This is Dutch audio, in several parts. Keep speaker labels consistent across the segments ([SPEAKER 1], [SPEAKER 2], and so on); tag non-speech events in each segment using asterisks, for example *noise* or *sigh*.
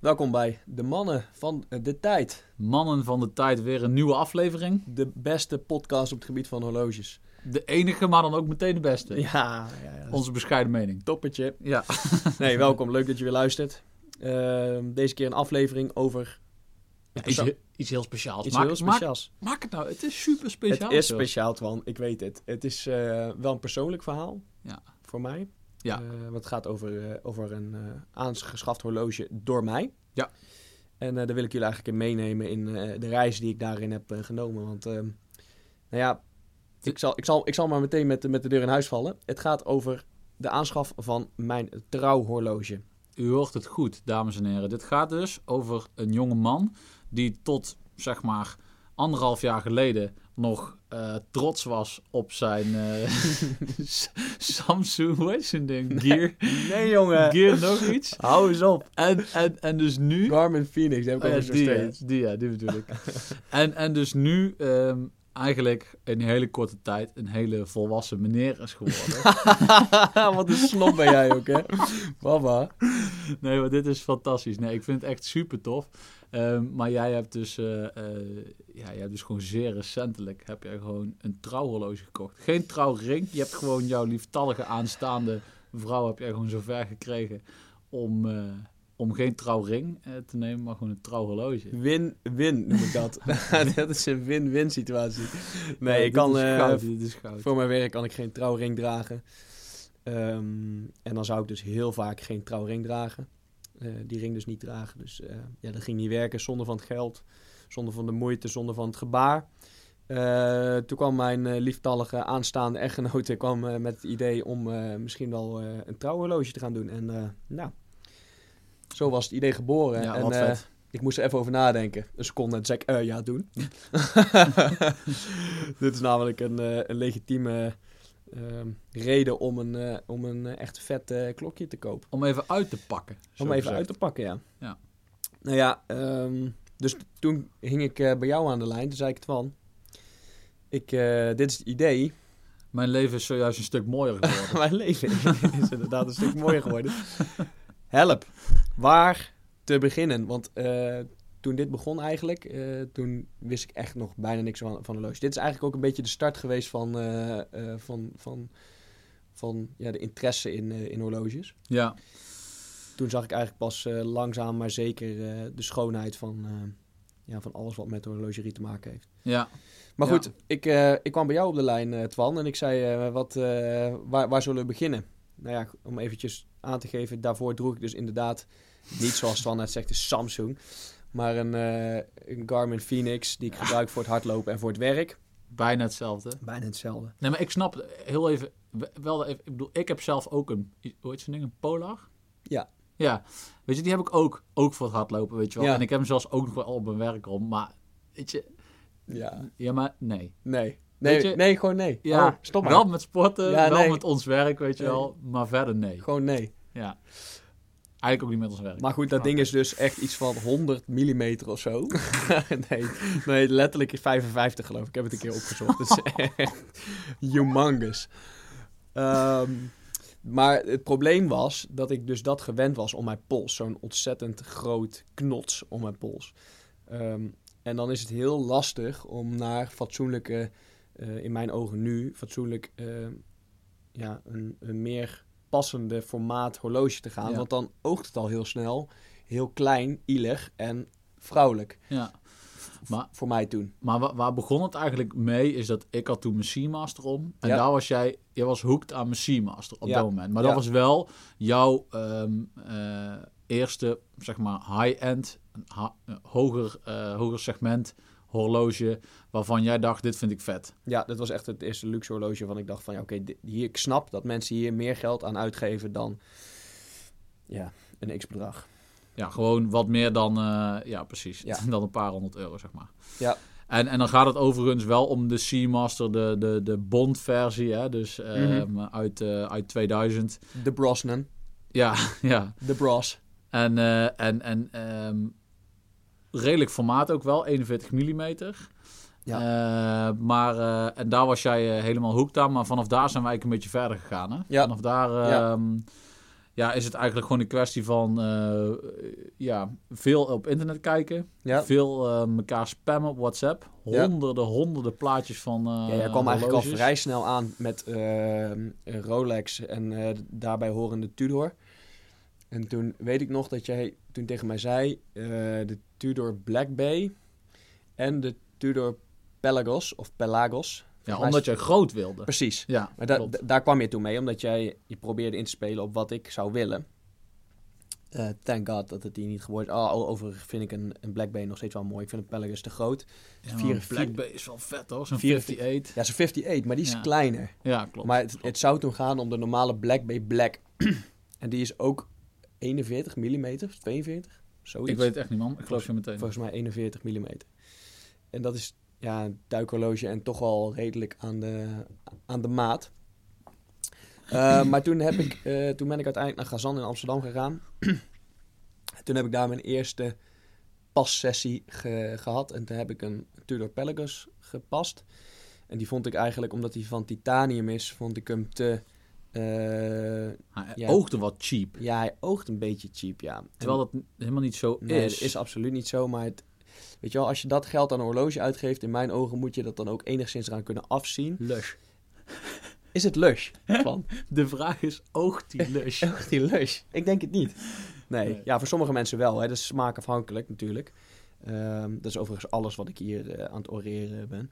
[SPEAKER 1] Welkom bij de mannen van de tijd.
[SPEAKER 2] Mannen van de tijd, weer een nieuwe aflevering.
[SPEAKER 1] De beste podcast op het gebied van horloges.
[SPEAKER 2] De enige, maar dan ook meteen de beste.
[SPEAKER 1] Ja, ja, ja.
[SPEAKER 2] Onze bescheiden mening.
[SPEAKER 1] toppetje.
[SPEAKER 2] Ja,
[SPEAKER 1] *laughs* Nee, welkom. Leuk dat je weer luistert. Ehm, deze keer een aflevering over
[SPEAKER 2] iets, he- iets heel speciaals.
[SPEAKER 1] iets
[SPEAKER 2] maak,
[SPEAKER 1] heel
[SPEAKER 2] maak-
[SPEAKER 1] speciaals.
[SPEAKER 2] Maak, het nou, het is super speciaal.
[SPEAKER 1] Het is
[SPEAKER 2] zelfs.
[SPEAKER 1] speciaal, Twan. Ik weet het. Het is eh, wel een persoonlijk verhaal
[SPEAKER 2] Ja.
[SPEAKER 1] voor mij.
[SPEAKER 2] Ja.
[SPEAKER 1] Eh, want het gaat over, eh, over een eh, aangeschaft horloge door mij.
[SPEAKER 2] Ja.
[SPEAKER 1] En eh, daar wil ik jullie eigenlijk in meenemen in eh, de reis die ik daarin heb eh, genomen. Want, ehm, nou ja, ik zal, ik, zal, ik zal maar meteen met, de- met de deur in huis vallen. Het gaat over de aanschaf van mijn trouwhorloge.
[SPEAKER 2] U hoort het goed, dames en heren. Dit gaat dus over een jonge man die tot zeg maar anderhalf jaar geleden nog eh, trots was op zijn eh, *laughs* S- Samsung, hoe heet zo'n ding? Gear,
[SPEAKER 1] Nee, jongen.
[SPEAKER 2] Gear nog iets.
[SPEAKER 1] Hou eens op.
[SPEAKER 2] En, en, en dus nu...
[SPEAKER 1] Garmin Phoenix, daar heb ik
[SPEAKER 2] Oh ja,
[SPEAKER 1] over zo
[SPEAKER 2] die, ja,
[SPEAKER 1] steeds.
[SPEAKER 2] die, ja, die bedoel ik.
[SPEAKER 1] *laughs*
[SPEAKER 2] en, en dus nu ehm, eigenlijk in een hele korte tijd een hele volwassen meneer
[SPEAKER 1] *laughs*
[SPEAKER 2] is geworden.
[SPEAKER 1] Ah, Wat een snop ben jij ook, hè? Mama.
[SPEAKER 2] nee, maar dit is fantastisch. Nee, ik vind het echt super tof. Ehm, maar jij hebt dus, eh, eh, ja, jij hebt dus gewoon zeer recentelijk heb jij gewoon een trouwhorloge gekocht. Geen trouwring. Je hebt gewoon jouw lieftallige aanstaande vrouw heb jij gewoon zover gekregen om, eh, om geen trouwring eh, te nemen, maar gewoon een trouwhorloge.
[SPEAKER 1] Win-win noem ik *laughs* dat. dat is een win-win situatie. Nee,
[SPEAKER 2] Ja,
[SPEAKER 1] ik
[SPEAKER 2] dit
[SPEAKER 1] kan,
[SPEAKER 2] is
[SPEAKER 1] eh,
[SPEAKER 2] goud, dit is goud.
[SPEAKER 1] voor mijn werk kan ik geen trouwring dragen. Ehm, en dan zou ik dus heel vaak geen trouwring dragen. Eh, die ring dus niet dragen. Dus eh, ja, dat ging niet werken zonder van het geld. Zonder van de moeite, zonder van het gebaar. Eh, toen kwam mijn eh, lieftallige aanstaande echtgenote kwam, eh, met het idee om eh, misschien wel eh, een trouwhorloge te gaan doen. En eh, nou, zo was het idee geboren.
[SPEAKER 2] Ja,
[SPEAKER 1] en,
[SPEAKER 2] wat
[SPEAKER 1] eh,
[SPEAKER 2] vet.
[SPEAKER 1] ik moest er even over nadenken. Een seconde. En toen zei ik, eh, ja,
[SPEAKER 2] *laughs*
[SPEAKER 1] doen. Dit is namelijk een, eh, een legitieme ehm, reden om een, eh, om een eh, echt vet eh, klokje te kopen.
[SPEAKER 2] Om even uit te pakken. zo
[SPEAKER 1] Om even
[SPEAKER 2] gezegd.
[SPEAKER 1] uit te pakken, ja.
[SPEAKER 2] Ja.
[SPEAKER 1] Nou ja, ehm, dus t- toen hing ik eh, bij jou aan de lijn. Toen zei ik, Twan, ik, eh, dit is het idee. *laughs*
[SPEAKER 2] Mijn leven is zojuist een stuk mooier geworden.
[SPEAKER 1] Mijn leven *laughs* is inderdaad een stuk mooier geworden. Help. Waar te beginnen? Want eh, toen dit begon eigenlijk, eh, toen wist ik echt nog bijna niks van, van de loge. Dit is eigenlijk ook een beetje de start geweest van, eh, eh, van, van, van ja, de interesse in, eh, in horloges.
[SPEAKER 2] *laughs* ja,
[SPEAKER 1] Toen zag ik eigenlijk pas eh, langzaam maar zeker eh, de schoonheid van, eh, ja, van alles wat met horlogerie te maken heeft.
[SPEAKER 2] ja.
[SPEAKER 1] Maar
[SPEAKER 2] Ja.
[SPEAKER 1] goed, ik, eh, ik kwam bij jou op de lijn, eh, Twan, en ik zei, eh, wat, eh, waar, waar zullen we beginnen? Nou ja, om eventjes aan te geven, daarvoor droeg ik dus inderdaad, niet zoals Twan net zegt, een Samsung, maar een, eh, een Garmin Phoenix, die ik gebruik voor het hardlopen en voor het werk.
[SPEAKER 2] bijna hetzelfde.
[SPEAKER 1] Bijna hetzelfde.
[SPEAKER 2] Nee, maar ik snap het. heel even. Wel even ik bedoel, ik heb zelf ook een. Hoe heet zo'n ding? Een Polar?
[SPEAKER 1] Ja.
[SPEAKER 2] Ja. Weet je, die heb ik ook. Ook voor het hardlopen, weet je wel.
[SPEAKER 1] Ja.
[SPEAKER 2] En ik heb hem zelfs ook nog wel op mijn werk om. Maar, weet je.
[SPEAKER 1] Ja,
[SPEAKER 2] Ja, maar nee.
[SPEAKER 1] nee. Nee,
[SPEAKER 2] Weet je-
[SPEAKER 1] nee gewoon nee.
[SPEAKER 2] Ja,
[SPEAKER 1] Oh, stop maar.
[SPEAKER 2] Wel met sporten,
[SPEAKER 1] Ja,
[SPEAKER 2] wel
[SPEAKER 1] nee.
[SPEAKER 2] met ons werk, weet je
[SPEAKER 1] Nee.
[SPEAKER 2] wel. Maar verder nee.
[SPEAKER 1] Gewoon nee.
[SPEAKER 2] Ja. Eigenlijk ook niet met ons werk.
[SPEAKER 1] Maar goed, dat
[SPEAKER 2] Snap
[SPEAKER 1] ding
[SPEAKER 2] ik.
[SPEAKER 1] is dus echt iets van 100 mm of
[SPEAKER 2] *laughs*
[SPEAKER 1] zo. nee, nee, letterlijk is 55 geloof ik. Ik heb het een keer opgezocht. Het
[SPEAKER 2] *laughs*
[SPEAKER 1] is echt humongous. Ehm, maar het probleem was dat ik dus dat gewend was om mijn pols. Zo'n ontzettend groot knots om mijn pols. Ehm, en dan is het heel lastig om naar fatsoenlijke, eh, in mijn ogen nu, fatsoenlijk eh, ja, een, een meer passende formaat horloge te gaan.
[SPEAKER 2] Ja.
[SPEAKER 1] Want dan oogt het al heel snel, heel klein, ielig en vrouwelijk.
[SPEAKER 2] Ja. Maar
[SPEAKER 1] Voor mij toen.
[SPEAKER 2] Maar wa- waar begon het eigenlijk mee is dat ik had toen mijn Seamaster om. En
[SPEAKER 1] Ja.
[SPEAKER 2] daar was jij, jij was hooked aan mijn Seamaster op
[SPEAKER 1] Ja.
[SPEAKER 2] dat moment. Maar dat
[SPEAKER 1] Ja.
[SPEAKER 2] was wel jouw ehm, eh, eerste, zeg maar, high-end, ha- eh, hoger, eh, hoger segment horloge. Waarvan jij dacht, dit vind ik vet.
[SPEAKER 1] Ja, dat was echt het eerste luxe horloge van ik dacht van ja, oké, di- hier ik snap dat mensen hier meer geld aan uitgeven dan ja, een x bedrag.
[SPEAKER 2] Ja, gewoon wat meer dan, eh, ja precies,
[SPEAKER 1] Ja.
[SPEAKER 2] *laughs* dan een paar honderd euro, zeg maar.
[SPEAKER 1] Ja.
[SPEAKER 2] En, en dan gaat het overigens wel om de Seamaster, de, de, de Bond-versie, hè. Dus
[SPEAKER 1] Mhm.
[SPEAKER 2] ehm, uit, eh, uit 2000.
[SPEAKER 1] De Brosnan,
[SPEAKER 2] Ja, *laughs* ja.
[SPEAKER 1] de Bros.
[SPEAKER 2] En, eh, en, en ehm, redelijk formaat ook wel, 41 mm.
[SPEAKER 1] Ja.
[SPEAKER 2] maar, eh, en daar was jij eh, helemaal hooked aan. Maar vanaf daar zijn wij eigenlijk een beetje verder gegaan. Hè?
[SPEAKER 1] Ja.
[SPEAKER 2] Vanaf daar
[SPEAKER 1] Ja.
[SPEAKER 2] ehm, ja, is het eigenlijk gewoon een kwestie van eh, ja, veel op internet kijken.
[SPEAKER 1] Ja.
[SPEAKER 2] Veel eh, elkaar spammen op WhatsApp.
[SPEAKER 1] Ja.
[SPEAKER 2] Honderden, horderden plaatjes van. eh
[SPEAKER 1] ja, jij kwam eigenlijk al
[SPEAKER 2] horloges.
[SPEAKER 1] vrij snel aan met eh, Rolex en eh, daarbij horende Tudor. En toen weet ik nog dat jij toen tegen mij zei, eh, de Tudor Black Bay en de Tudor Pelagos of Pelagos.
[SPEAKER 2] Ja, omdat je groot wilde.
[SPEAKER 1] Precies.
[SPEAKER 2] Ja,
[SPEAKER 1] Maar da-
[SPEAKER 2] klopt.
[SPEAKER 1] da- daar kwam je toen mee, omdat jij je probeerde in te spelen op wat ik zou willen. Eh, thank God dat het die niet geworden is. Ah, o- overigens vind ik een, een Black Bay nog steeds wel mooi. Ik vind een Pelagus te groot.
[SPEAKER 2] Ja, maar
[SPEAKER 1] vier-
[SPEAKER 2] een Black Bay is wel vet hoor, zo'n
[SPEAKER 1] vier-
[SPEAKER 2] 58.
[SPEAKER 1] Ja, zo'n 58, maar die is
[SPEAKER 2] Ja.
[SPEAKER 1] kleiner.
[SPEAKER 2] Ja, klopt.
[SPEAKER 1] Maar het, het zou toen gaan om de normale Black Bay Black. *clears throat* en die is ook 41 mm, 42, zoiets.
[SPEAKER 2] ik weet het echt niet man, ik geloof je meteen.
[SPEAKER 1] Volgens mij 41 mm. En dat is ja, een duikhorloge en toch al redelijk aan de, aan de maat. Eh, maar toen, heb ik, eh, toen ben ik uiteindelijk naar Gazan in Amsterdam gegaan. toen heb ik daar mijn eerste passessie ge- gehad. En toen heb ik een Tudor Pelagos gepast. En die vond ik eigenlijk, omdat die van titanium is, vond ik hem te... eh,
[SPEAKER 2] Hij
[SPEAKER 1] Ja.
[SPEAKER 2] oogde wat cheap.
[SPEAKER 1] ja, hij oogt een beetje cheap, ja. En-
[SPEAKER 2] Terwijl dat n- helemaal niet zo
[SPEAKER 1] Nee,
[SPEAKER 2] is.
[SPEAKER 1] dat is absoluut niet zo. Maar het, weet je wel, als je dat geld aan een horloge uitgeeft, in mijn ogen moet je dat dan ook enigszins eraan kunnen afzien.
[SPEAKER 2] lush.
[SPEAKER 1] Is het lush? Van,
[SPEAKER 2] De vraag is, oogt die
[SPEAKER 1] *laughs*
[SPEAKER 2] lush?
[SPEAKER 1] echt die lush? Ik denk het niet. Nee,
[SPEAKER 2] Nee.
[SPEAKER 1] ja, voor sommige mensen wel. Hè. Dat is smaakafhankelijk natuurlijk. Ehm, dat is overigens alles wat ik hier eh, aan het oreren ben.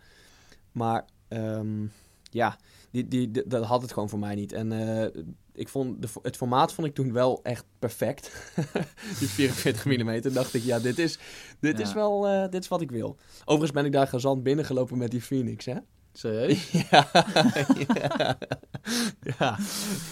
[SPEAKER 1] Maar ehm, ja, die, die, d- dat had het gewoon voor mij niet. En eh, ik vond de, fo- het formaat vond ik toen wel echt perfect. *laughs* die 44 mm dacht ik, ja, dit is, dit
[SPEAKER 2] Ja.
[SPEAKER 1] is wel eh, dit is wat ik wil. Overigens ben ik daar gezant binnengelopen met die Phoenix, hè?
[SPEAKER 2] Serieus?
[SPEAKER 1] *laughs* ja. ja. *laughs* ja.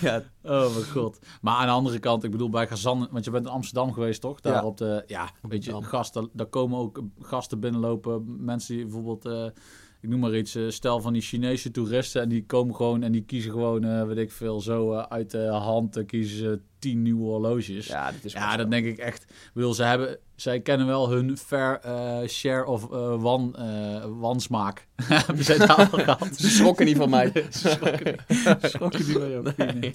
[SPEAKER 1] ja.
[SPEAKER 2] Oh mijn god. Maar aan de andere kant, ik bedoel bij Gazan, want je bent in Amsterdam geweest toch? Daar
[SPEAKER 1] Ja.
[SPEAKER 2] op de, ja, weet je,
[SPEAKER 1] Amsterdam.
[SPEAKER 2] gasten, daar komen ook gasten binnenlopen. Mensen die bijvoorbeeld, eh, ik noem maar iets, eh, stel van die Chinese toeristen. En die komen gewoon en die kiezen gewoon, eh, weet ik veel, zo eh, uit de hand eh, kiezen ze tien nieuwe horloges. Ja.
[SPEAKER 1] Ja, dit is
[SPEAKER 2] dat denk ik echt. Ik bedoel, ze hebben, zij kennen wel hun fair eh, share of eh, wan, eh, wansmaak. *laughs* hebben zij daar
[SPEAKER 1] *laughs*
[SPEAKER 2] al gehad?
[SPEAKER 1] Ze schrokken niet van mij.
[SPEAKER 2] Ze schrokken niet- schrokken niet van jou. Nee.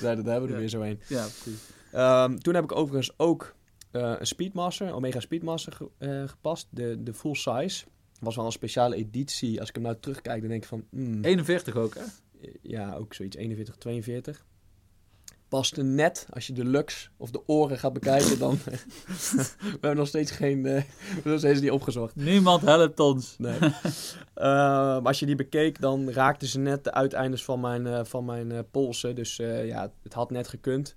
[SPEAKER 1] Daar, daar hebben we er
[SPEAKER 2] Ja.
[SPEAKER 1] weer zo een.
[SPEAKER 2] Ja, precies.
[SPEAKER 1] Ehm, toen heb ik overigens ook eh, een Speedmaster, Omega Speedmaster ge- eh, gepast. De, de full size. Was wel een speciale editie. Als ik hem nou terugkijk, dan denk ik van... hmm,
[SPEAKER 2] 41 ook, hè?
[SPEAKER 1] eh, Ja, ook zoiets. 41, 42. Paste net. Als je de lux of de oren gaat bekijken, *laughs* dan... eh, we hebben nog steeds geen... eh, we hebben nog steeds niet opgezocht.
[SPEAKER 2] Niemand helpt ons.
[SPEAKER 1] Nee. *laughs* Ehm, als je die bekeek, dan raakten ze net de uiteindes van mijn, eh, van mijn eh, polsen. Dus eh, ja, het had net gekund.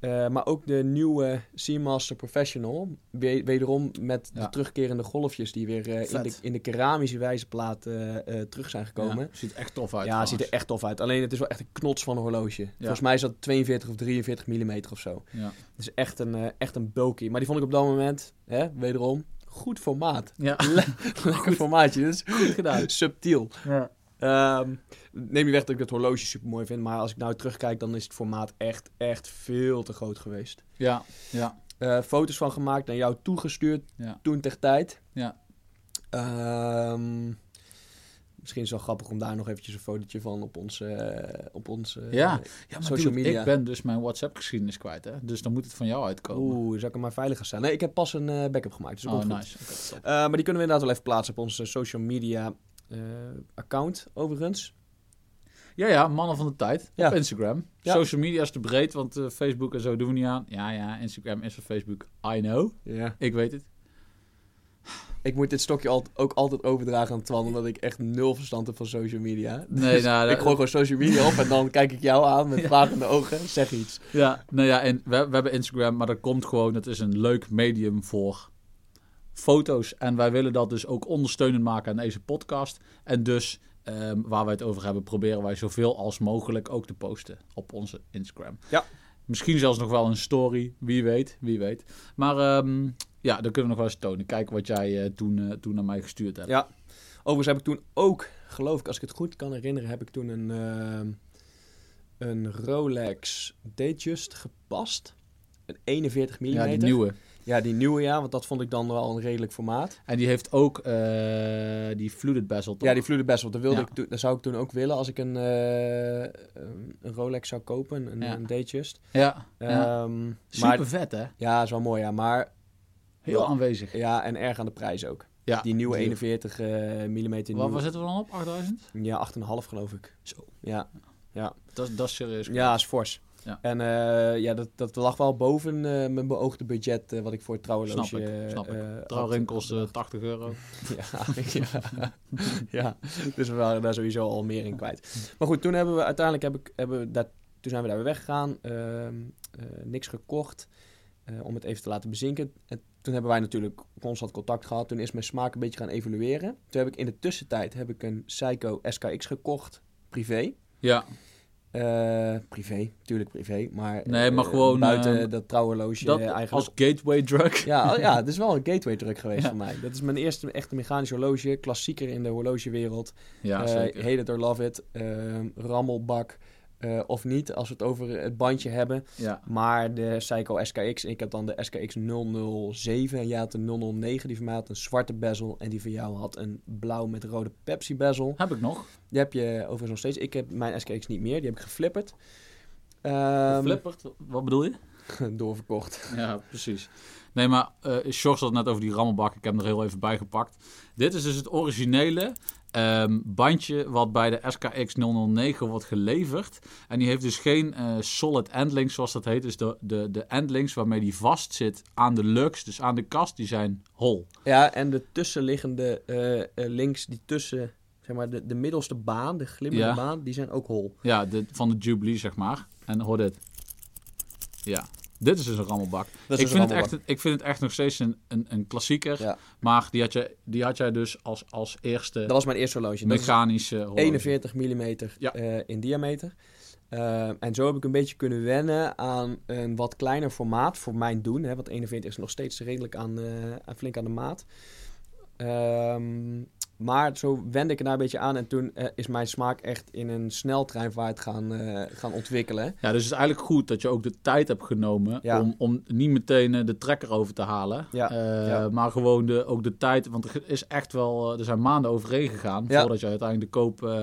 [SPEAKER 1] Eh, maar ook de nieuwe Seamaster Professional. we- wederom met
[SPEAKER 2] Ja.
[SPEAKER 1] de terugkerende golfjes die weer eh, in,
[SPEAKER 2] Vet.
[SPEAKER 1] de, in de keramische wijzerplaat eh, eh, terug zijn gekomen.
[SPEAKER 2] Ja, ziet er echt tof uit.
[SPEAKER 1] Ja, het ziet er
[SPEAKER 2] trouwens.
[SPEAKER 1] echt tof uit. Alleen het is wel echt een knots van een horloge. Volgens mij is dat 42 of 43 mm of zo.
[SPEAKER 2] Ja.
[SPEAKER 1] Het is echt een, eh, echt een bulky. Maar die vond ik op dat moment, hè, wederom, goed formaat.
[SPEAKER 2] Ja,
[SPEAKER 1] *laughs* Lekker formaatje. Dus
[SPEAKER 2] goed gedaan.
[SPEAKER 1] *laughs* subtiel.
[SPEAKER 2] *laughs* Ja.
[SPEAKER 1] Ehm, neem je weg dat ik dat horloge super mooi vind, maar als ik nou terugkijk, dan is het formaat echt, echt veel te groot geweest.
[SPEAKER 2] ja, ja,
[SPEAKER 1] Eh, foto's van gemaakt, naar jou toegestuurd
[SPEAKER 2] Ja.
[SPEAKER 1] toen ter tijd.
[SPEAKER 2] Ja.
[SPEAKER 1] Ehm, misschien is het wel grappig om daar nog eventjes een fotootje van op onze. eh, op onze
[SPEAKER 2] Ja. maar
[SPEAKER 1] Social
[SPEAKER 2] dude,
[SPEAKER 1] media.
[SPEAKER 2] Ik ben dus mijn WhatsApp-geschiedenis kwijt, hè? Dus dan moet het van jou uitkomen.
[SPEAKER 1] Oeh, zou ik hem maar veilig gaan stellen? Nee, ik heb pas een eh, backup gemaakt, dus dat
[SPEAKER 2] oh,
[SPEAKER 1] komt goed.
[SPEAKER 2] nice. Oké, top.
[SPEAKER 1] Eh, maar die kunnen we inderdaad wel even plaatsen op onze social media eh, account, overigens.
[SPEAKER 2] Ja, ja, mannen van de tijd.
[SPEAKER 1] Ja.
[SPEAKER 2] Op Instagram.
[SPEAKER 1] Ja.
[SPEAKER 2] Social media is te breed, want eh, Facebook en zo doen we niet aan. Ja, ja, Instagram is van Facebook. I know.
[SPEAKER 1] Ja.
[SPEAKER 2] Ik weet het.
[SPEAKER 1] Ik moet dit stokje al, ook altijd overdragen aan Twan, omdat ik echt nul verstand heb van social media. *laughs*
[SPEAKER 2] Nee, nou,
[SPEAKER 1] ik gooi gewoon social media op en dan kijk ik jou aan
[SPEAKER 2] *laughs*
[SPEAKER 1] met vragende ogen. Zeg iets.
[SPEAKER 2] Ja, nou ja, en we, we hebben Instagram, maar dat komt gewoon, dat is een leuk medium voor foto's. En wij willen dat dus ook ondersteunend maken aan deze podcast. En dus, ehm, waar wij het over hebben, proberen wij zoveel als mogelijk ook te posten op onze Instagram.
[SPEAKER 1] Ja.
[SPEAKER 2] Misschien zelfs nog wel een story, wie weet, wie weet. Maar ehm, ja, dan kunnen we nog wel eens tonen. Kijk wat jij eh, toen, eh, toen naar mij gestuurd hebt.
[SPEAKER 1] Ja. Overigens heb ik toen ook, geloof ik, als ik het goed kan herinneren, heb ik toen een, ehm, een Rolex Datejust gepast. Een 41 mm.
[SPEAKER 2] Ja, die nieuwe.
[SPEAKER 1] Ja, die nieuwe ja, want dat vond ik dan wel een redelijk formaat.
[SPEAKER 2] En die heeft ook eh, die fluted bezel, toch?
[SPEAKER 1] Ja, die vloeide best wel. Dat, wilde
[SPEAKER 2] Ja.
[SPEAKER 1] ik, toen- dat zou ik toen ook willen als ik een, eh, een een Rolex zou kopen, een,
[SPEAKER 2] Ja.
[SPEAKER 1] een Datejust.
[SPEAKER 2] Ja, ja.
[SPEAKER 1] Ehm,
[SPEAKER 2] super
[SPEAKER 1] maar,
[SPEAKER 2] vet, hè?
[SPEAKER 1] ja, is wel mooi, ja. Maar,
[SPEAKER 2] Heel
[SPEAKER 1] Ja.
[SPEAKER 2] aanwezig.
[SPEAKER 1] ja, en erg aan de prijs ook.
[SPEAKER 2] Ja.
[SPEAKER 1] Die nieuwe 41 mm.
[SPEAKER 2] Wat, waar zitten we dan op? 8000?
[SPEAKER 1] Ja, 8,5 geloof ik.
[SPEAKER 2] Zo.
[SPEAKER 1] Ja,
[SPEAKER 2] Dat, is- dat is serieus.
[SPEAKER 1] ja is fors.
[SPEAKER 2] Ja.
[SPEAKER 1] En eh, ja, dat, dat lag wel boven eh, mijn beoogde budget eh, wat ik voor het trouwloge...
[SPEAKER 2] Snap ik,
[SPEAKER 1] eh,
[SPEAKER 2] snap ik.
[SPEAKER 1] eh, had
[SPEAKER 2] Trouwring kost eh,
[SPEAKER 1] bedacht.
[SPEAKER 2] 80 euro.
[SPEAKER 1] Ja, *laughs* ja. ja, dus we waren daar sowieso al meer in kwijt. Maar goed, toen hebben we uiteindelijk heb ik, hebben we daar, toen zijn we daar weer weggegaan. ehm, eh, niks gekocht eh, om het even te laten bezinken. En toen hebben wij natuurlijk constant contact gehad. Toen is mijn smaak een beetje gaan evolueren. Toen heb ik in de tussentijd heb ik een Seiko SKX gekocht, privé.
[SPEAKER 2] Ja,
[SPEAKER 1] Eh, privé, tuurlijk privé, maar, eh,
[SPEAKER 2] Nee, maar gewoon,
[SPEAKER 1] buiten
[SPEAKER 2] eh,
[SPEAKER 1] dat trouwhorloge
[SPEAKER 2] dat
[SPEAKER 1] eh, eigenlijk.
[SPEAKER 2] als gateway
[SPEAKER 1] *laughs*
[SPEAKER 2] drug.
[SPEAKER 1] Ja, oh ja, het is wel een gateway druk geweest
[SPEAKER 2] Ja.
[SPEAKER 1] voor mij. Dat is mijn eerste echte mechanisch horloge. Klassieker in de horlogewereld.
[SPEAKER 2] Ja,
[SPEAKER 1] Eh,
[SPEAKER 2] zeker.
[SPEAKER 1] hate it or love it. ehm, rammelbak. eh, of niet, als we het over het bandje hebben.
[SPEAKER 2] Ja.
[SPEAKER 1] Maar de Seiko SKX. Ik heb dan de SKX 007. En jij had een 009. Die van mij had een zwarte bezel. En die van jou had een blauw met rode Pepsi bezel.
[SPEAKER 2] Heb ik nog.
[SPEAKER 1] Die heb je overigens nog steeds. Ik heb mijn SKX niet meer. Die heb ik geflipperd. Ehm,
[SPEAKER 2] Flippert, wat bedoel je?
[SPEAKER 1] *laughs* Doorverkocht.
[SPEAKER 2] Ja, precies. Nee, maar eh Sjors had het net over die rammelbak. Ik heb hem er heel even bij gepakt. Dit is dus het originele ehm, bandje wat bij de SKX 009 wordt geleverd. En die heeft dus geen eh, solid endlinks, zoals dat heet. Dus de, de, de endlinks waarmee die vast zit aan de lux, dus aan de kast, die zijn hol.
[SPEAKER 1] Ja, en de tussenliggende eh, eh, links, die tussen, zeg maar, de, de middelste baan, de glimmende
[SPEAKER 2] Ja.
[SPEAKER 1] baan, die zijn ook hol.
[SPEAKER 2] Ja, de, van de Jubilee, zeg maar. En hoor dit. Ja, dit is dus een rammelbak.
[SPEAKER 1] Dat
[SPEAKER 2] ik, vind het echt, ik vind het echt nog steeds een, een, een klassieker.
[SPEAKER 1] Ja.
[SPEAKER 2] Maar die had, jij, die had jij dus als, als eerste
[SPEAKER 1] Dat was mijn eerste horloge. Dat is
[SPEAKER 2] mechanische horloge.
[SPEAKER 1] 41 mm
[SPEAKER 2] Ja.
[SPEAKER 1] in diameter. Eh, en zo heb ik een beetje kunnen wennen aan een wat kleiner formaat voor mijn doen. Hè, want 41 is nog steeds redelijk aan, eh, aan- flink aan de maat. Ehm, maar zo wende ik er daar een beetje aan. En toen eh, is mijn smaak echt in een sneltreinvaart gaan, eh, gaan ontwikkelen.
[SPEAKER 2] Ja, dus het is eigenlijk goed dat je ook de tijd hebt genomen
[SPEAKER 1] Ja.
[SPEAKER 2] om, om niet meteen eh, de trekker over te halen.
[SPEAKER 1] Ja,
[SPEAKER 2] Eh,
[SPEAKER 1] ja.
[SPEAKER 2] Maar gewoon de, ook de tijd, want er is echt wel, eh, er zijn maanden overheen gegaan
[SPEAKER 1] Ja.
[SPEAKER 2] voordat je uiteindelijk de koop eh,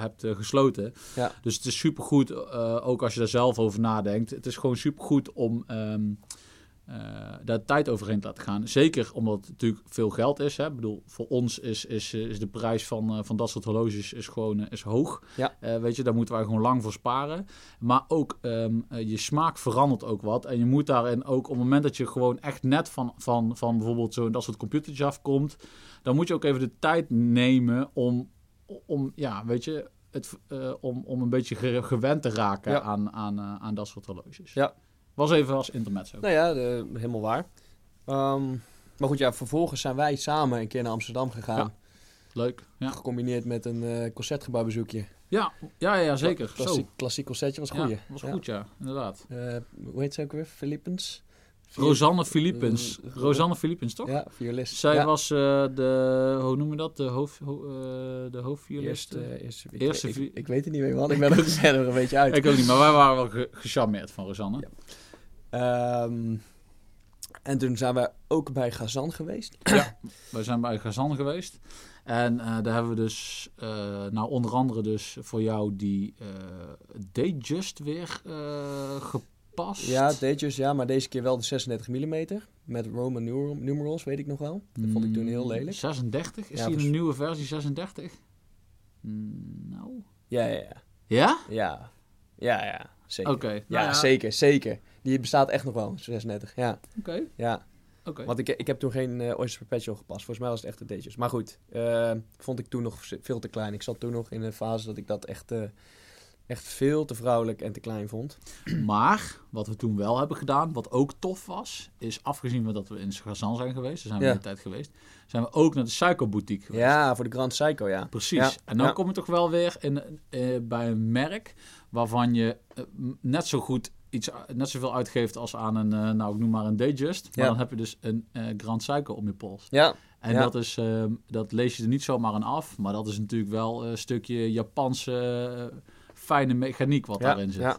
[SPEAKER 2] hebt eh, gesloten.
[SPEAKER 1] Ja.
[SPEAKER 2] Dus het is supergoed, eh, ook als je daar zelf over nadenkt. Het is gewoon supergoed om ehm, eh, daar tijd overheen te laten gaan. Zeker omdat het natuurlijk veel geld is. Hè. Ik bedoel, voor ons is, is, eh, is de prijs van, eh, van dat soort horloges is gewoon eh, is hoog.
[SPEAKER 1] Ja.
[SPEAKER 2] Eh, weet je, daar moeten wij gewoon lang voor sparen. Maar ook ehm, eh, je smaak verandert ook wat. En je moet daarin ook op het moment dat je gewoon echt net van, van, van bijvoorbeeld zo'n dat soort computertje afkomt, dan moet je ook even de tijd nemen om, om ja, weet je, het, eh, om, om een beetje ge- gewend te raken
[SPEAKER 1] Ja.
[SPEAKER 2] aan, aan, eh, aan dat soort horloges.
[SPEAKER 1] Ja.
[SPEAKER 2] Was even als intermezzo.
[SPEAKER 1] Nou ja, eh, helemaal waar. Ehm, maar goed, ja, vervolgens zijn wij samen een keer naar Amsterdam gegaan.
[SPEAKER 2] Leuk. Ja,
[SPEAKER 1] Gecombineerd met een eh concertgebouwbezoekje.
[SPEAKER 2] ja, ja, ja zeker. Zo.
[SPEAKER 1] Klassiek, klassiek concertje was goed.
[SPEAKER 2] Ja, was goed, ja. Inderdaad.
[SPEAKER 1] eh, hoe heet ze ook weer? Philippens? Viol-
[SPEAKER 2] Rosanne Philippens.
[SPEAKER 1] Eh,
[SPEAKER 2] Rosanne Philippens, toch?
[SPEAKER 1] Ja, violist.
[SPEAKER 2] Zij
[SPEAKER 1] ja.
[SPEAKER 2] was eh, de, hoe noem je dat? De, hoofd, ho- eh, de hoofdviolist.
[SPEAKER 1] Eerst, eh, eerst- ik,
[SPEAKER 2] Eerste
[SPEAKER 1] ik,
[SPEAKER 2] vi-
[SPEAKER 1] ik weet het niet meer, man. Ik ben *laughs* er verder een beetje uit.
[SPEAKER 2] eh. ik ook niet, maar wij waren wel ge- gecharmeerd van Rosanne.
[SPEAKER 1] Ja. Ehm, en toen zijn we ook bij Gazan geweest.
[SPEAKER 2] Wij zijn bij Gazan geweest. En eh, daar hebben we dus, eh, nou onder andere dus voor jou die eh Dayjust weer eh, gepast.
[SPEAKER 1] Ja, Datejust, ja, maar deze keer wel de 36 mm. Met Roman numeral- numerals, weet ik nog wel. Dat vond ik toen heel
[SPEAKER 2] Mm,
[SPEAKER 1] lelijk.
[SPEAKER 2] 36? Is
[SPEAKER 1] Ja,
[SPEAKER 2] die
[SPEAKER 1] vers-
[SPEAKER 2] een nieuwe versie 36? Mm, Nou.
[SPEAKER 1] Ja, ja, ja.
[SPEAKER 2] Ja?
[SPEAKER 1] Ja, ja, ja. Zeker.
[SPEAKER 2] Oké.
[SPEAKER 1] Ja,
[SPEAKER 2] Nou ja,
[SPEAKER 1] zeker, zeker. Die bestaat echt nog wel, 36. Ja,
[SPEAKER 2] Oké.
[SPEAKER 1] ja.
[SPEAKER 2] oké.
[SPEAKER 1] Want ik, ik heb toen geen eh Oyster Perpetual gepast. Volgens mij was het echt de Datejust. Maar goed, eh, vond ik toen nog veel te klein. Ik zat toen nog in een fase dat ik dat echt, eh, echt veel te vrouwelijk en te klein vond.
[SPEAKER 2] *clears throat* Maar wat we toen wel hebben gedaan, wat ook tof was, is afgezien van dat we in Gazan zijn geweest, daar zijn we
[SPEAKER 1] Ja.
[SPEAKER 2] in de tijd geweest, zijn we ook naar de suikerboutique geweest.
[SPEAKER 1] Ja, voor de Grand Psycho, ja.
[SPEAKER 2] Precies.
[SPEAKER 1] Ja,
[SPEAKER 2] En dan
[SPEAKER 1] ja.
[SPEAKER 2] kom je toch wel weer in, eh, bij een merk waarvan je eh, m- net zo goed iets, net zoveel uitgeeft als aan een, eh, nou ik noem maar een Dayjust. Maar
[SPEAKER 1] Ja.
[SPEAKER 2] dan heb je dus een eh, Grand Suiker om je pols.
[SPEAKER 1] Ja,
[SPEAKER 2] En
[SPEAKER 1] Ja.
[SPEAKER 2] dat, is, ehm, dat lees je er niet zomaar aan af, maar dat is natuurlijk wel een stukje Japanse eh, fijne mechaniek wat
[SPEAKER 1] ja,
[SPEAKER 2] daarin zit.
[SPEAKER 1] ja.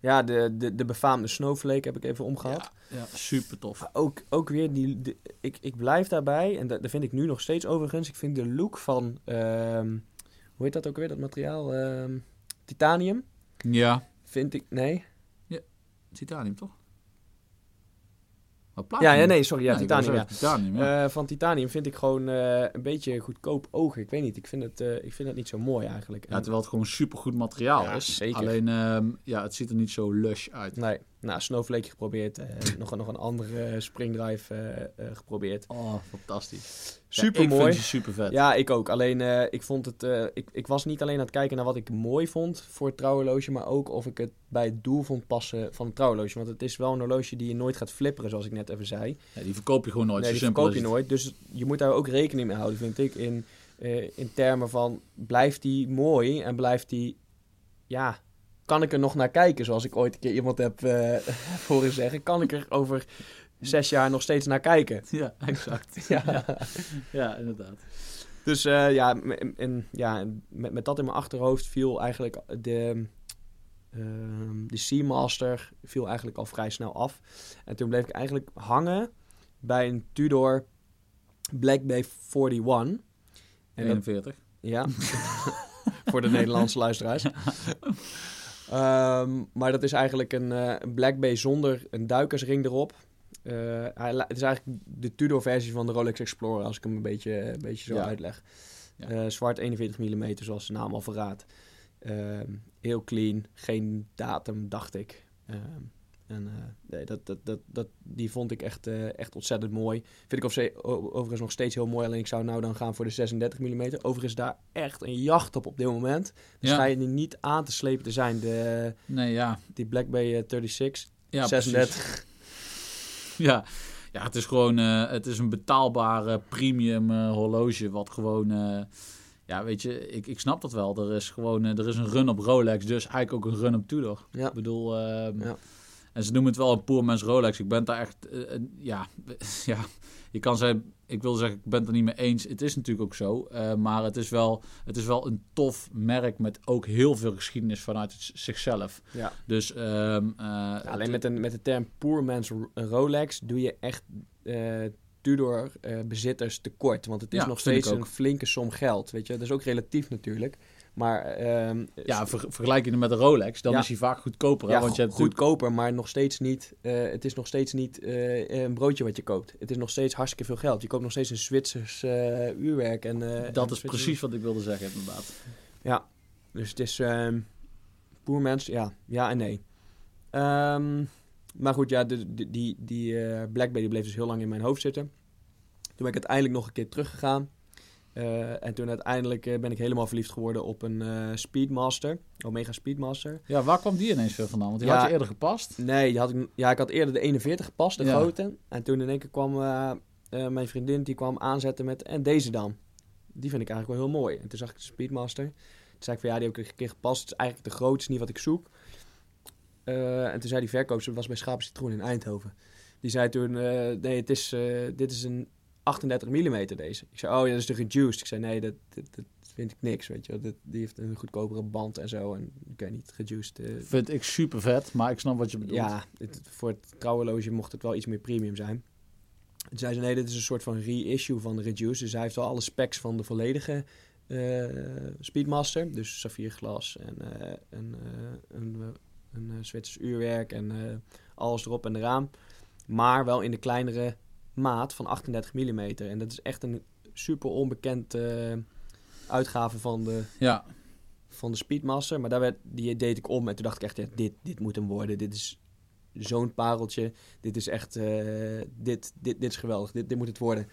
[SPEAKER 1] Ja, de, de, de befaamde Snowflake heb ik even omgehaald.
[SPEAKER 2] Ja, super tof.
[SPEAKER 1] Maar Ook, ook weer, die, de- ik, ik blijf daarbij, en dat, dat vind ik nu nog steeds overigens. Ik vind de look van, ehm, hoe heet dat ook weer, dat materiaal? Ehm, titanium,
[SPEAKER 2] Ja,
[SPEAKER 1] vind ik, nee.
[SPEAKER 2] titanium toch? Maar platinum.
[SPEAKER 1] Ja, ja nee, sorry, ja,
[SPEAKER 2] Ah. ik wou
[SPEAKER 1] titanium. Ja.
[SPEAKER 2] zeggen, titanium, ja.
[SPEAKER 1] Eh, van titanium vind ik gewoon eh, een beetje goedkoop ogen. Ik weet niet, ik vind het, eh, ik vind het niet zo mooi eigenlijk.
[SPEAKER 2] Ja, terwijl het gewoon supergoed materiaal
[SPEAKER 1] Ja,
[SPEAKER 2] is.
[SPEAKER 1] zeker.
[SPEAKER 2] Alleen, ehm, ja, het ziet er niet zo lush uit.
[SPEAKER 1] Nee, nou, Snowflake geprobeerd, eh, nog, een- nog een andere springdrive eh, eh, geprobeerd.
[SPEAKER 2] Oh, *laughs* fantastisch.
[SPEAKER 1] Super
[SPEAKER 2] Ja, ik
[SPEAKER 1] mooi.
[SPEAKER 2] vind ze super vet.
[SPEAKER 1] Ja, ik ook. Alleen eh, ik vond het. eh, ik, ik was niet alleen aan het kijken naar wat ik mooi vond voor het trouwhorloge, maar ook of ik het bij het doel vond passen van het trouwhorloge. Want het is wel een horloge die je nooit gaat flipperen, zoals ik net even zei.
[SPEAKER 2] die verkoop je gewoon nooit.
[SPEAKER 1] nee,
[SPEAKER 2] zo
[SPEAKER 1] die
[SPEAKER 2] simpel
[SPEAKER 1] verkoop
[SPEAKER 2] is
[SPEAKER 1] je nooit.
[SPEAKER 2] het.
[SPEAKER 1] Dus je moet daar ook rekening mee houden, vind ik. In, eh, in termen van blijft die mooi en blijft die. Ja, kan ik er nog naar kijken, zoals ik ooit een keer iemand heb eh *laughs* horen zeggen. Kan ik er over zes jaar nog steeds naar kijken?
[SPEAKER 2] *laughs* Ja, exact.
[SPEAKER 1] *laughs* Ja.
[SPEAKER 2] ja, inderdaad.
[SPEAKER 1] Dus eh, ja, m- en, en- ja en met, met dat in mijn achterhoofd viel eigenlijk de, ehm de Seamaster viel eigenlijk al vrij snel af. En toen bleef ik eigenlijk hangen bij een Tudor Black Bay 41. En dat-
[SPEAKER 2] 41.
[SPEAKER 1] ja, *laughs* voor de Nederlandse luisteraars. Ehm, maar dat is eigenlijk een, eh, een Black Bay zonder een duikersring erop. Eh, hij li- het is eigenlijk de Tudor-versie van de Rolex Explorer, als ik hem een beetje, een beetje zo
[SPEAKER 2] Ja.
[SPEAKER 1] uitleg.
[SPEAKER 2] Ja.
[SPEAKER 1] Eh, zwart 41 mm, zoals de naam al verraadt. Ehm, heel clean, geen datum, dacht ik. Ehm, en eh, nee, dat, dat, dat, dat, die vond ik echt, eh, echt ontzettend mooi. Vind ik op zee- o- overigens nog steeds heel mooi. Alleen ik zou nou dan gaan voor de 36 mm. Overigens daar echt een jacht op op dit moment. Dus
[SPEAKER 2] Ja.
[SPEAKER 1] schijnen niet aan te slepen te zijn. De,
[SPEAKER 2] Nee, ja.
[SPEAKER 1] die Black Bay eh, 36,
[SPEAKER 2] ja precies.
[SPEAKER 1] 36.
[SPEAKER 2] *laughs* Ja. ja, het is gewoon eh, het is een betaalbare premium eh, horloge. Wat gewoon, eh, ja, weet je, ik, ik snap dat wel. Er is gewoon eh, er is een run op Rolex, dus eigenlijk ook een run op Tudor.
[SPEAKER 1] Ja.
[SPEAKER 2] Ik bedoel, ehm,
[SPEAKER 1] Ja.
[SPEAKER 2] en ze noemen het wel een poor man's Rolex. Ik ben daar echt, eh, eh, ja, *laughs* ja, je kan zeggen, ik wil zeggen, ik ben het er niet mee eens. Het is natuurlijk ook zo, eh, maar het is, wel, het is wel een tof merk met ook heel veel geschiedenis vanuit het z- zichzelf.
[SPEAKER 1] Ja.
[SPEAKER 2] Dus, ehm, eh,
[SPEAKER 1] alleen
[SPEAKER 2] het-
[SPEAKER 1] met, een, met de term poor man's Ro- Rolex doe je echt eh, Tudor eh, bezitters tekort. Want het is
[SPEAKER 2] Ja,
[SPEAKER 1] nog
[SPEAKER 2] vind ik
[SPEAKER 1] steeds een
[SPEAKER 2] ook.
[SPEAKER 1] flinke som geld. Weet je? Dat is ook relatief natuurlijk. Maar ehm,
[SPEAKER 2] Ja, ver, vergelijk je hem met een Rolex, dan
[SPEAKER 1] Ja.
[SPEAKER 2] is hij vaak goedkoper. hè,
[SPEAKER 1] Ja,
[SPEAKER 2] want je hebt natuurlijk-
[SPEAKER 1] goedkoper, maar nog steeds niet. eh, het is nog steeds niet eh, een broodje wat je koopt. Het is nog steeds hartstikke veel geld. Je koopt nog steeds een Zwitsers eh, uurwerk. En, eh, en
[SPEAKER 2] dat is
[SPEAKER 1] Zwitsers-
[SPEAKER 2] precies wat ik wilde zeggen, inderdaad.
[SPEAKER 1] Dus het is. ehm poor mens, ja. Ja en nee. Ehm, maar goed, ja, de, de- die, die eh, Black Bay die bleef dus heel lang in mijn hoofd zitten. Toen ben ik uiteindelijk nog een keer teruggegaan. Eh, en toen uiteindelijk eh, ben ik helemaal verliefd geworden op een eh, Speedmaster. Omega Speedmaster.
[SPEAKER 2] Ja, waar kwam die ineens weer vandaan? Want die
[SPEAKER 1] Ja.
[SPEAKER 2] had je eerder gepast.
[SPEAKER 1] Nee, die had ik, ja, ik had eerder de 41 gepast, de
[SPEAKER 2] Ja.
[SPEAKER 1] grote. En toen in één keer kwam eh, eh, mijn vriendin, die kwam aanzetten met... En deze dan? Die vind ik eigenlijk wel heel mooi. En toen zag ik de Speedmaster. Toen zei ik van, ja, die heb ik een keer gepast. Het is eigenlijk de grootste, niet wat ik zoek. Eh, en toen zei die verkoopster, dat was bij Schapen Citroen in Eindhoven. Die zei toen, eh, nee, het is, eh, dit is een 38 mm deze. Ik zei, oh ja, dat is de reduced. Ik zei, nee, dat, dat, dat vind ik niks, weet je wel. Dat, die heeft een goedkopere band en zo. En ik weet niet, reduced... eh,
[SPEAKER 2] Vind ik super vet, maar ik snap wat je bedoelt.
[SPEAKER 1] ja, het- voor het trouwhorloge mocht het wel iets meer premium zijn. Toen zei ze, nee, dit is een soort van reissue van de Reduce. Dus hij heeft wel alle specs van de volledige eh, Speedmaster. Dus saffierglas en eh, een, eh, een, eh, een eh, Zwitsers uurwerk en eh, alles erop en eraan. Maar wel in de kleinere maat van 38 mm. En dat is echt een super onbekend eh, uitgave van de
[SPEAKER 2] Ja,
[SPEAKER 1] van de Speedmaster. Maar daar werd, die deed ik om. En toen dacht ik echt, ja, dit, dit moet hem worden. Dit is zo'n pareltje. Dit is echt, eh, dit, dit, dit is geweldig. Dit, dit moet het worden.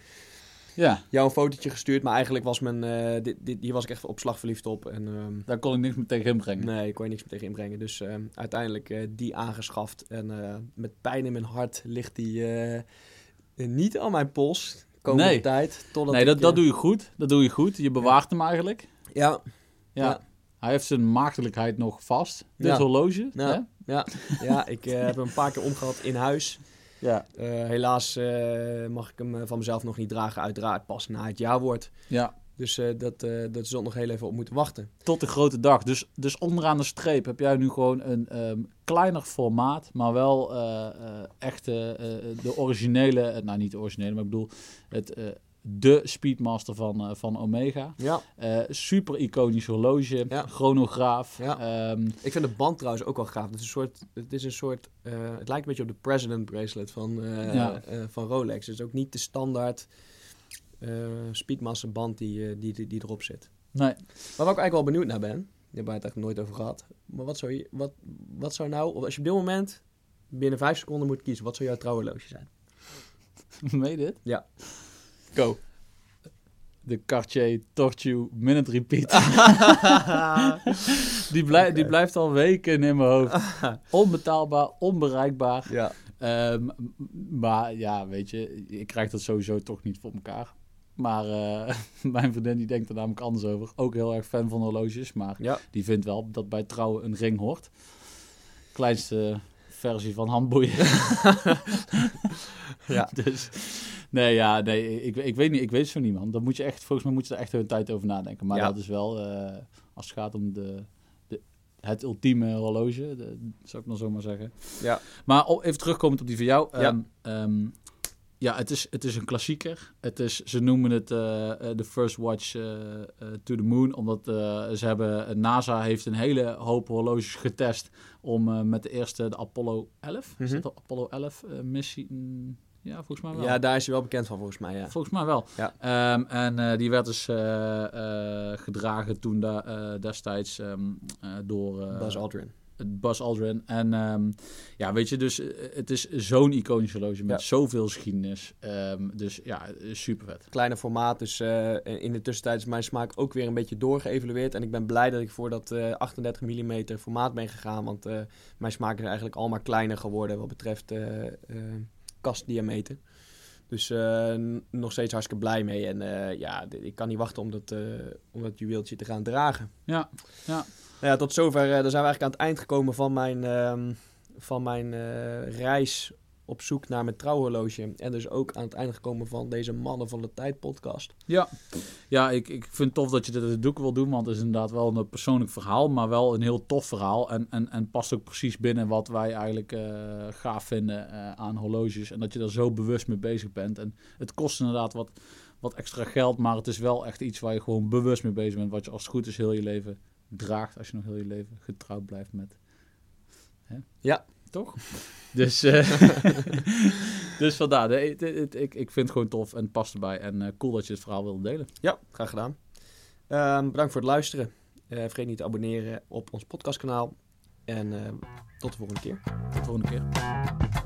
[SPEAKER 2] ja
[SPEAKER 1] Jou een fotootje gestuurd, maar eigenlijk was mijn, eh, dit, dit, hier was ik echt op slag verliefd op. En ehm,
[SPEAKER 2] daar kon ik niks meer tegen inbrengen.
[SPEAKER 1] nee, daar kon je niks meer tegen inbrengen. Dus ehm, uiteindelijk eh, die aangeschaft. En eh, met pijn in mijn hart ligt die eh, niet aan mijn pols. Komende
[SPEAKER 2] Nee.
[SPEAKER 1] tijd. Totdat
[SPEAKER 2] Nee, dat,
[SPEAKER 1] ik,
[SPEAKER 2] dat
[SPEAKER 1] eh,
[SPEAKER 2] doe je goed. Dat doe je goed. Je bewaart hem eigenlijk.
[SPEAKER 1] Ja,
[SPEAKER 2] Ja.
[SPEAKER 1] Ja.
[SPEAKER 2] Hij heeft zijn maagdelijkheid nog vast. Dit
[SPEAKER 1] Ja.
[SPEAKER 2] horloge.
[SPEAKER 1] Ja.
[SPEAKER 2] Hè?
[SPEAKER 1] ja, ja, ik eh, heb hem een paar keer omgehad in huis.
[SPEAKER 2] Ja.
[SPEAKER 1] Eh, helaas eh, mag ik hem eh, van mezelf nog niet dragen, uiteraard pas na het jaarwoord.
[SPEAKER 2] ja.
[SPEAKER 1] Dus eh, dat, eh, dat ze dan nog heel even op moeten wachten.
[SPEAKER 2] Tot de grote dag. Dus, dus onderaan de streep heb jij nu gewoon een ehm, kleiner formaat, maar wel eh, eh, echt eh, eh, de originele, eh, nou niet de originele, maar ik bedoel het, eh, de Speedmaster van, eh, van Omega.
[SPEAKER 1] Ja.
[SPEAKER 2] Eh, super iconisch horloge,
[SPEAKER 1] Ja.
[SPEAKER 2] chronograaf.
[SPEAKER 1] Ja.
[SPEAKER 2] ehm,
[SPEAKER 1] Ik vind de band trouwens ook wel gaaf. Het is een soort, het, is een soort, eh, het lijkt een beetje op de President Bracelet van, eh,
[SPEAKER 2] Ja.
[SPEAKER 1] eh, van Rolex. Het is ook niet de standaard eh Speedmaster band die, eh, die, die, die erop zit.
[SPEAKER 2] nee,
[SPEAKER 1] Maar
[SPEAKER 2] *laughs*
[SPEAKER 1] waar ik eigenlijk wel benieuwd naar ben, daar hebben we het eigenlijk nooit over gehad. Maar wat zou, je, wat, wat zou nou, als je op dit moment binnen vijf seconden moet kiezen, wat zou jouw trouwhorloge *laughs* zijn?
[SPEAKER 2] meen dit?
[SPEAKER 1] Go.
[SPEAKER 2] De Cartier Tortue Minute Repeat.
[SPEAKER 1] *laughs*
[SPEAKER 2] die, blij- die
[SPEAKER 1] Oké.
[SPEAKER 2] blijft al weken in mijn
[SPEAKER 1] *laughs*
[SPEAKER 2] hoofd. Onbetaalbaar, onbereikbaar.
[SPEAKER 1] Ja.
[SPEAKER 2] Ehm, m- maar ja, weet je, ik krijg dat sowieso toch niet voor elkaar. Maar eh, *laughs* mijn vriendin die denkt er namelijk anders over. Ook heel erg fan van horloges, maar
[SPEAKER 1] Ja.
[SPEAKER 2] die vindt wel dat bij trouwen een ring hoort. Kleinste versie van handboeien.
[SPEAKER 1] *laughs* Ja.
[SPEAKER 2] *laughs* Dus nee, ja, nee, ik, ik weet niet, ik weet zo niet man. Dat moet je echt, volgens mij moet je er echt een tijd over nadenken. Maar
[SPEAKER 1] Ja.
[SPEAKER 2] dat is wel, eh, als het gaat om de, de, het ultieme horloge, de, zou ik dan zomaar zeggen.
[SPEAKER 1] Ja.
[SPEAKER 2] Maar o- even terugkomend op die van jou.
[SPEAKER 1] Ja.
[SPEAKER 2] Ehm, ehm, ja, het is, het is een klassieker. Het is, ze noemen het eh, eh, de First Watch eh, eh, to the Moon. Omdat eh, ze hebben, NASA heeft een hele hoop horloges getest om eh, met de eerste, de Apollo 11. Is
[SPEAKER 1] Mhm.
[SPEAKER 2] dat de Apollo 11 eh, missie? Mm, ja, volgens mij wel.
[SPEAKER 1] ja, daar is hij wel bekend van volgens mij, ja.
[SPEAKER 2] Volgens mij wel.
[SPEAKER 1] Ja.
[SPEAKER 2] Ehm, en eh, die werd dus eh, eh, gedragen toen da- eh, destijds ehm, eh, door... eh,
[SPEAKER 1] Buzz Aldrin.
[SPEAKER 2] Bas Aldrin. En ehm, ja, weet je, dus eh, het is zo'n iconisch horloge met
[SPEAKER 1] Ja.
[SPEAKER 2] zoveel geschiedenis. Ehm, dus ja, super vet.
[SPEAKER 1] kleine formaat. Dus eh, in de tussentijd is mijn smaak ook weer een beetje doorgeëvalueerd. En ik ben blij dat ik voor dat eh, 38 mm formaat ben gegaan. Want eh, mijn smaak is eigenlijk al maar kleiner geworden wat betreft eh, eh, kastdiameter. Dus eh, n- nog steeds hartstikke blij mee. En eh, ja, d- ik kan niet wachten om dat, eh, om dat juweeltje te gaan dragen.
[SPEAKER 2] Ja, ja.
[SPEAKER 1] Nou ja, tot zover. eh, dan zijn we eigenlijk aan het eind gekomen van mijn, ehm, van mijn eh, reis op zoek naar mijn trouwhorloge. En dus ook aan het eind gekomen van deze Mannen van de Tijd podcast.
[SPEAKER 2] Ja, ja ik, ik vind het tof dat je dit uit het doek wil doen, want het is inderdaad wel een persoonlijk verhaal, maar wel een heel tof verhaal. En, en, en past ook precies binnen wat wij eigenlijk eh, gaaf vinden eh, aan horloges. En dat je daar zo bewust mee bezig bent. En het kost inderdaad wat, wat extra geld, maar het is wel echt iets waar je gewoon bewust mee bezig bent. Wat je als het goed is heel je leven draagt, als je nog heel je leven getrouwd blijft met. Hè?
[SPEAKER 1] Ja.
[SPEAKER 2] Toch? *laughs* Dus, eh, *laughs* dus vandaar, nee, het- het- ik, ik vind het gewoon tof en het past erbij. En eh, cool dat je het verhaal wilde delen.
[SPEAKER 1] Ja, graag gedaan. Ehm, bedankt voor het luisteren. Eh, vergeet niet te abonneren op ons podcastkanaal. En eh, ehm, tot de volgende keer.
[SPEAKER 2] Tot de volgende keer.